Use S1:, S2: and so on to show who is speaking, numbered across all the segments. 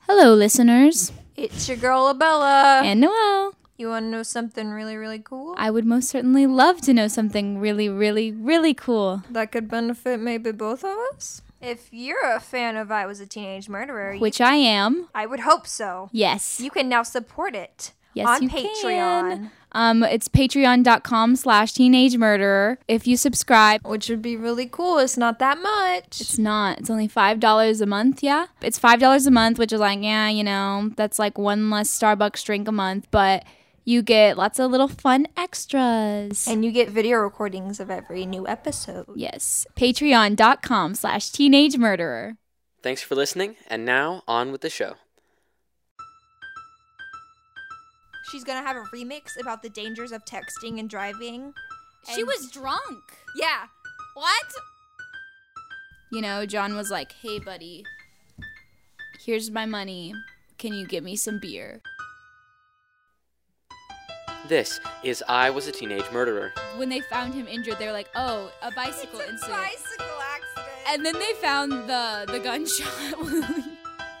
S1: Hello, listeners.
S2: It's your girl, Abella.
S1: And Noel.
S2: you want to know something really, really cool?
S1: I would most certainly love to know something really, really, really cool.
S2: that could benefit maybe both of us? If you're a fan of I Was a Teenage Murderer,
S1: Which I am.
S2: I would hope so.
S1: Yes.
S2: You can now support it
S1: yes,
S2: on
S1: you
S2: Patreon.
S1: can. Um, it's patreon.com slash teenage murderer. If you subscribe,
S2: Which would be really cool. It's not that much.
S1: it's not. It's only $5 a month, yeah? It's $5 a month, which is like, yeah, you know, that's like one less Starbucks drink a month, but you get lots of little fun extras.
S2: and you get video recordings of every new episode.
S1: yes. Patreon.com slash teenage murderer.
S3: Thanks for listening, and now on with the show.
S2: She's going to have a remix about the dangers of texting and driving.
S1: She
S2: And-
S1: was drunk.
S2: Yeah.
S1: What? You know, John was like, hey, buddy, here's my money. Can you give me some beer?
S3: This is I Was a Teenage Murderer.
S1: When they found him injured, they were like, oh, a bicycle
S2: It's a
S1: incident.
S2: bicycle accident.
S1: and then they found the, the gunshot wound.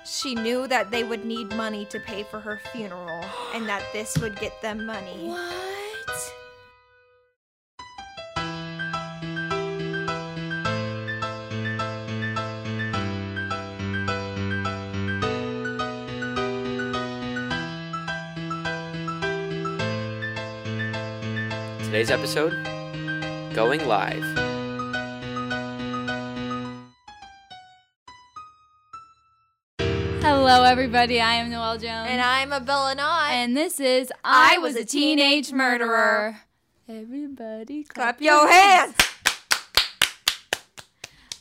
S2: She knew that they would need money to pay for her funeral and that this would get them money.
S1: what?
S3: Today's episode Going Live.
S1: Hello, everybody. I am Noelle Jones.
S2: And I'm a Bellanot.
S1: And this is
S2: I Was a Teenage
S1: Everybody clap,
S2: clap your hands.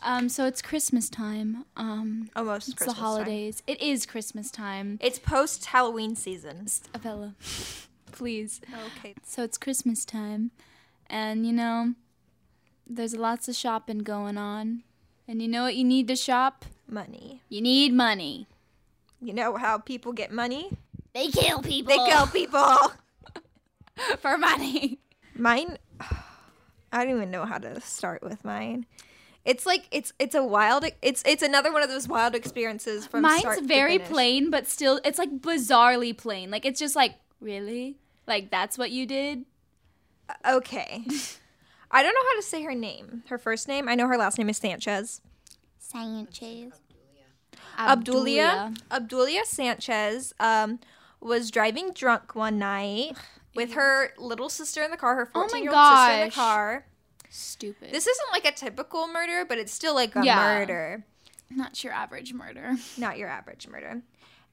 S1: Um, so it's Christmas time. Um,
S2: Almost
S1: it's
S2: Christmas
S1: the
S2: time.
S1: holidays. It is Christmas time.
S2: It's post Halloween season.
S1: Abella, please.
S2: Okay.
S1: So it's Christmas time, and you know, there's lots of shopping going on. And you know what you need to shop?
S2: Money.
S1: You need money.
S2: You know how people get money?
S1: They kill people.
S2: They kill people.
S1: for money.
S2: Mine I don't even know how to start with mine. It's like it's it's a wild it's it's another one of those wild experiences from start
S1: Mine's
S2: to
S1: very
S2: finish.
S1: plain, but still, it's like bizarrely plain. Like it's just like really, like that's what you did.
S2: Okay. I don't know how to say her name. Her first name. I know her last name is Sanchez.
S4: Sanchez.
S2: Abdulia. Abdulia Sanchez um, was driving drunk one night with her little sister in the car, her
S1: Oh my
S2: 14 year old sister in the
S1: gosh.
S2: car.
S1: Stupid.
S2: This isn't like a typical murder, but it's still like a
S1: Yeah.
S2: murder,
S1: not your average murder.
S2: not your average murder.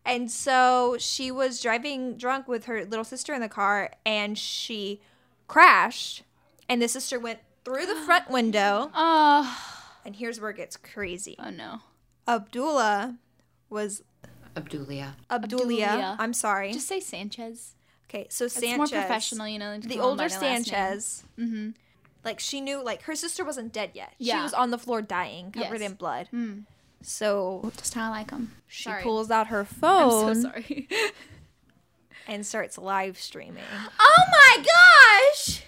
S2: And so she was driving drunk with her little sister in the car and she crashed, and the sister went through the front window.
S1: Oh,
S2: And here's where it gets crazy.
S1: oh no.
S2: Abdullah was
S5: Abdulia.
S2: Abdulia.
S1: Abdulia.
S2: I'm sorry.
S1: Just say Sanchez.
S2: okay, so
S1: It's
S2: Sanchez.
S1: more professional, you know. than
S2: the
S1: going by
S2: older
S1: their last name. Mm-hmm.
S2: Sanchez, like she knew, like her sister wasn't dead yet. She
S1: Yeah.
S2: was on the floor dying, covered
S1: Yes.
S2: in blood.
S1: Mm.
S2: So
S1: Just how I like them.
S2: she
S1: Sorry.
S2: pulls out her
S1: I'm
S2: phone
S1: so sorry.
S2: and starts live streaming.
S1: oh my gosh!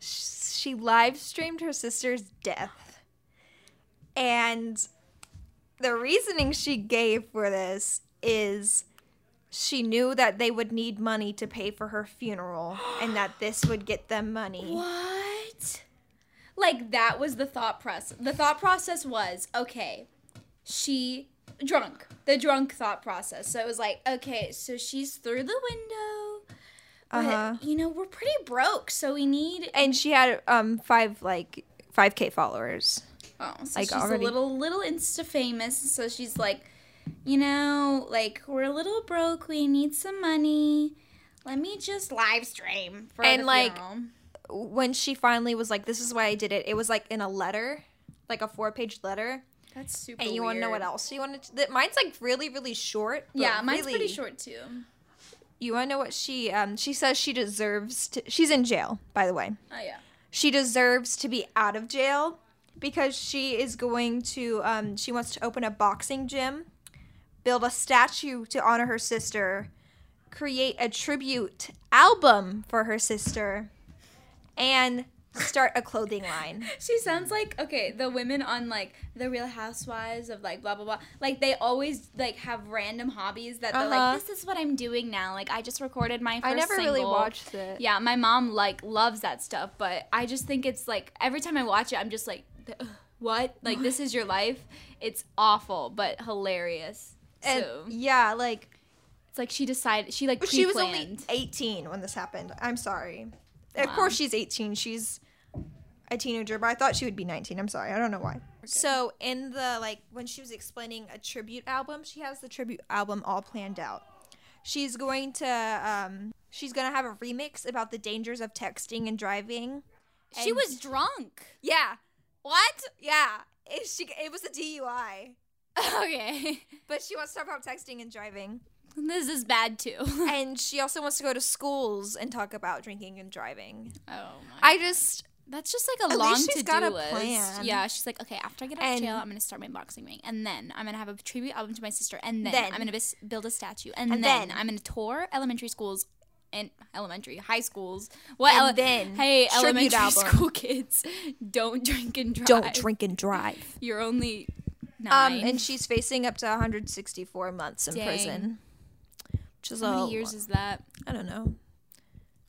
S2: she live streamed her sister's death. And the reasoning she gave for this is she knew that they would need money to pay for her funeral and that this would get them money.
S1: What? Like that was the thought process. The thought process was okay. She drunk. The drunk thought process. So it was like okay. So she's through the window. But,
S2: Uh-huh.
S1: You know we're pretty broke, so we need.
S2: And she had um five like 5k followers.
S1: Oh, so
S2: Like,
S1: she's
S2: already-
S1: a little little insta famous. So she's like, you know, like we're a little broke. We need some money. Let me just live stream for
S2: And,
S1: the
S2: like,
S1: funeral."
S2: When she finally was like this is why I did it. It was like in a letter, like a four-page letter.
S1: that's super.
S2: And you want to know what
S1: weird.
S2: else you wanted to, that mine's like really really short. but
S1: Yeah, mine's
S2: really-
S1: pretty short too.
S2: You want to know what she um she says she deserves to she's in jail, by the way.
S1: Oh yeah.
S2: She deserves to be out of jail because she is going to um she wants to open a boxing gym, build a statue to honor her sister, create a tribute album for her sister, and start a clothing line.
S1: She sounds like okay, the women on like the Real Housewives of like blah blah blah. Like they always like have random hobbies that they're
S2: Uh-huh.
S1: like, this is what I'm doing now. Like I just recorded my first
S2: I never really
S1: single.
S2: watched it.
S1: Yeah, my mom like loves that stuff, but I just think it's like every time I watch it, I'm just like, "Ugh, what? Like this is your life? It's awful, but hilarious.
S2: And
S1: so
S2: yeah, like
S1: it's like she decided she like
S2: she
S1: pre-planned.
S2: was only 18 when this happened. I'm sorry. Of
S1: Wow.
S2: course she's 18. She's a teenager, but I thought she would be 19. I'm sorry. I don't know why. So, in the like when she was explaining a tribute album, she has the tribute album all planned out. She's going to um she's going to have a remix about the dangers of texting and driving.
S1: she
S2: and-
S1: was drunk.
S2: Yeah.
S1: What?
S2: Yeah. It, she it was a DUI,
S1: okay,
S2: but she wants to talk about texting and driving.
S1: this is bad too.
S2: and she also wants to go to schools and talk about drinking and driving.
S1: oh my.
S2: I just
S1: That's just like a
S2: At
S1: long
S2: least she's
S1: to-do
S2: got a
S1: list.
S2: plan.
S1: Yeah, she's like, okay, after I get out
S2: And-
S1: of jail, I'm gonna start my boxing ring, and then I'm gonna have a tribute album to my sister, and then,
S2: Then-
S1: I'm gonna bis- build a statue, and,
S2: And
S1: then,
S2: then-
S1: I'm gonna tour elementary schools and elementary high schools. What?
S2: And
S1: ele-
S2: then
S1: hey,
S2: tribute
S1: elementary
S2: album.
S1: school kids, don't drink and drive.
S2: and drive.
S1: You're only
S2: Um,
S1: nine.
S2: and she's facing up to 164 months in
S1: Dang.
S2: prison, which is
S1: how
S2: a
S1: many years is that?
S2: I don't know.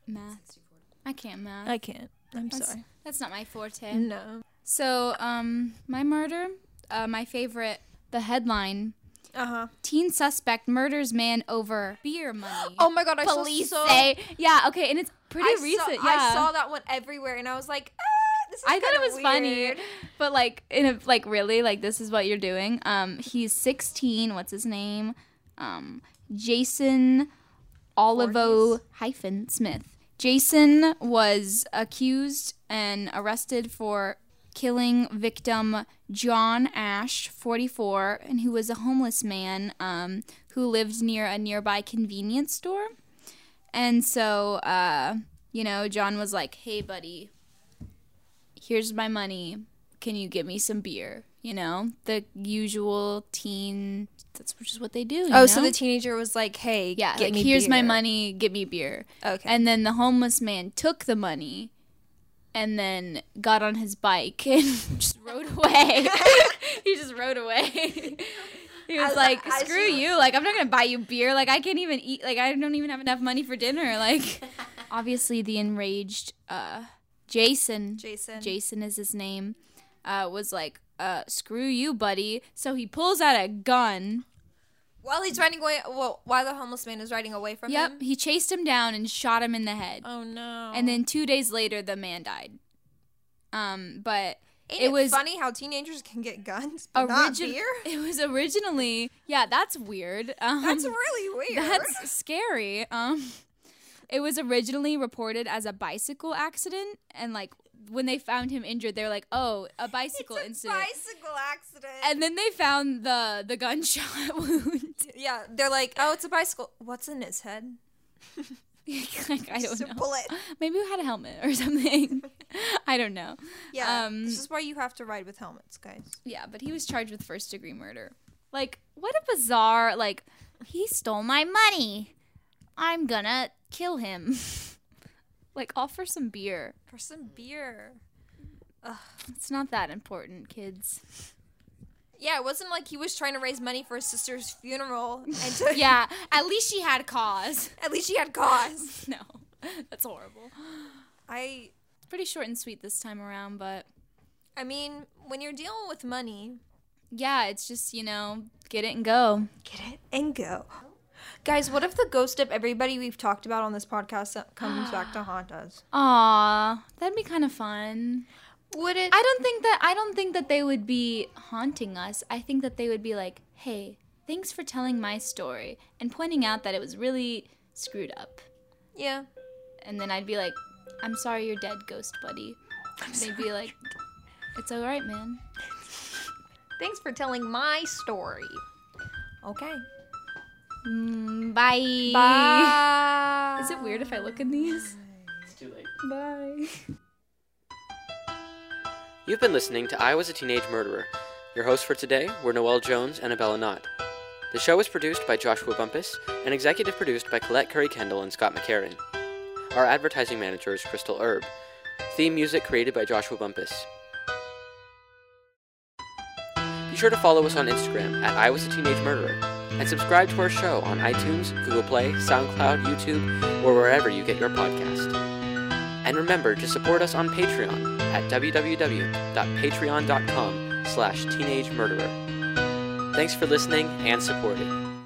S1: Math. I can't math.
S2: I can't. I'm
S1: That's-
S2: sorry.
S1: That's not my forte.
S2: No.
S1: So, um, my murder, uh, my favorite, the headline.
S2: Uh huh.
S1: Teen suspect murders man over beer money.
S2: Oh my god! I
S1: police
S2: saw so.
S1: say. Yeah, okay, and it's pretty
S2: I
S1: recent.
S2: Saw,
S1: yeah.
S2: I saw that one everywhere, and I was like, ah, this is
S1: I thought it
S2: kinda
S1: was funny,
S2: weird.
S1: but like in a like really like this is what you're doing. Um, he's 16. What's his name? Um, Jason Olivo hyphen Smith. Jason was accused and arrested for killing victim John Ash, 44, and who was a homeless man um, who lived near a nearby convenience store. And so, uh, you know, John was like, "Hey, buddy, here's my money. Can you give me some beer?" You know, the usual teen. That's just what they do. you
S2: Oh, so
S1: know?
S2: the teenager was like, "Hey,
S1: yeah,
S2: get
S1: like
S2: me
S1: here's my
S2: beer."
S1: money. Give me beer.
S2: Okay.
S1: And then the homeless man took the money and then got on his bike and just rode away. he just rode away. He was
S2: I-
S1: like,
S2: I- I
S1: "Screw you! Like, I'm not gonna buy you beer. Like, I can't even eat. Like, I don't even have enough money for dinner. Like, obviously, the enraged uh, Jason,
S2: Jason.
S1: Jason is his name, uh, was like, uh, "Screw you, buddy!" So he pulls out a gun.
S2: While he's riding away, well, while the homeless man is riding away from
S1: Yep,
S2: him.
S1: he chased him down and shot him in the head.
S2: Oh no.
S1: and then two days later the man died um but
S2: Ain't
S1: it, was
S2: funny how teenagers can get guns, but not
S1: origin-
S2: beer.
S1: it was originally yeah that's weird um,
S2: That's really weird.
S1: that's scary um it was originally reported as a bicycle accident and like when they found him injured they were like oh a bicycle
S2: it's a
S1: incident
S2: bicycle accident.
S1: and then they found the the gunshot wound
S2: yeah, they're like, oh, it's a bicycle. What's in his head?
S1: like i don't
S2: Just a
S1: know
S2: bullet.
S1: maybe we had a helmet or something i don't know
S2: Yeah,
S1: Um,
S2: this is why you have to ride with helmets, guys.
S1: Yeah, but he was charged with first degree murder. Like, what a bizarre, like, he stole my money. I'm gonna kill him. like, all for some beer.
S2: For some beer.
S1: It's not that important, kids.
S2: Yeah, it wasn't like he was trying to raise money for his sister's funeral. And to-
S1: Yeah, at least she had cause.
S2: at least she had cause.
S1: No, that's horrible.
S2: I,
S1: It's pretty short and sweet this time around, but
S2: I mean, when you're dealing with money,
S1: yeah, it's just, you know, get it and go.
S2: Get it and go. Guys, what if the ghost of everybody we've talked about on this podcast comes back to haunt us?
S1: Aw, that'd be kind of fun.
S2: Would it?
S1: I don't think that I don't think that they would be haunting us. I think that they would be like, "Hey, thanks for telling my story and pointing out that it was really screwed up."
S2: yeah.
S1: And then I'd be like, "I'm sorry you're dead, ghost buddy." They'd be like, "It's all right, man."
S2: Thanks for telling my story. Okay.
S1: Mm, bye.
S2: Bye.
S1: Is it weird if I look in these?
S3: It's too late.
S1: Bye.
S3: You've been listening to I Was a Teenage Murderer. Your hosts for today were Noel Jones and Abella Knott. The show was produced by Joshua Bumpus and executive produced by Colette Curry Kendall and Scott McCarran. Our advertising manager is Crystal Erb. Theme music created by Joshua Bumpus. Be sure to follow us on Instagram at I Was a Teenage Murderer and subscribe to our show on iTunes, Google Play, SoundCloud, YouTube, or wherever you get your podcast. And remember to support us on Patreon at www.patreon.com slash teenage murderer. Thanks for listening and supporting.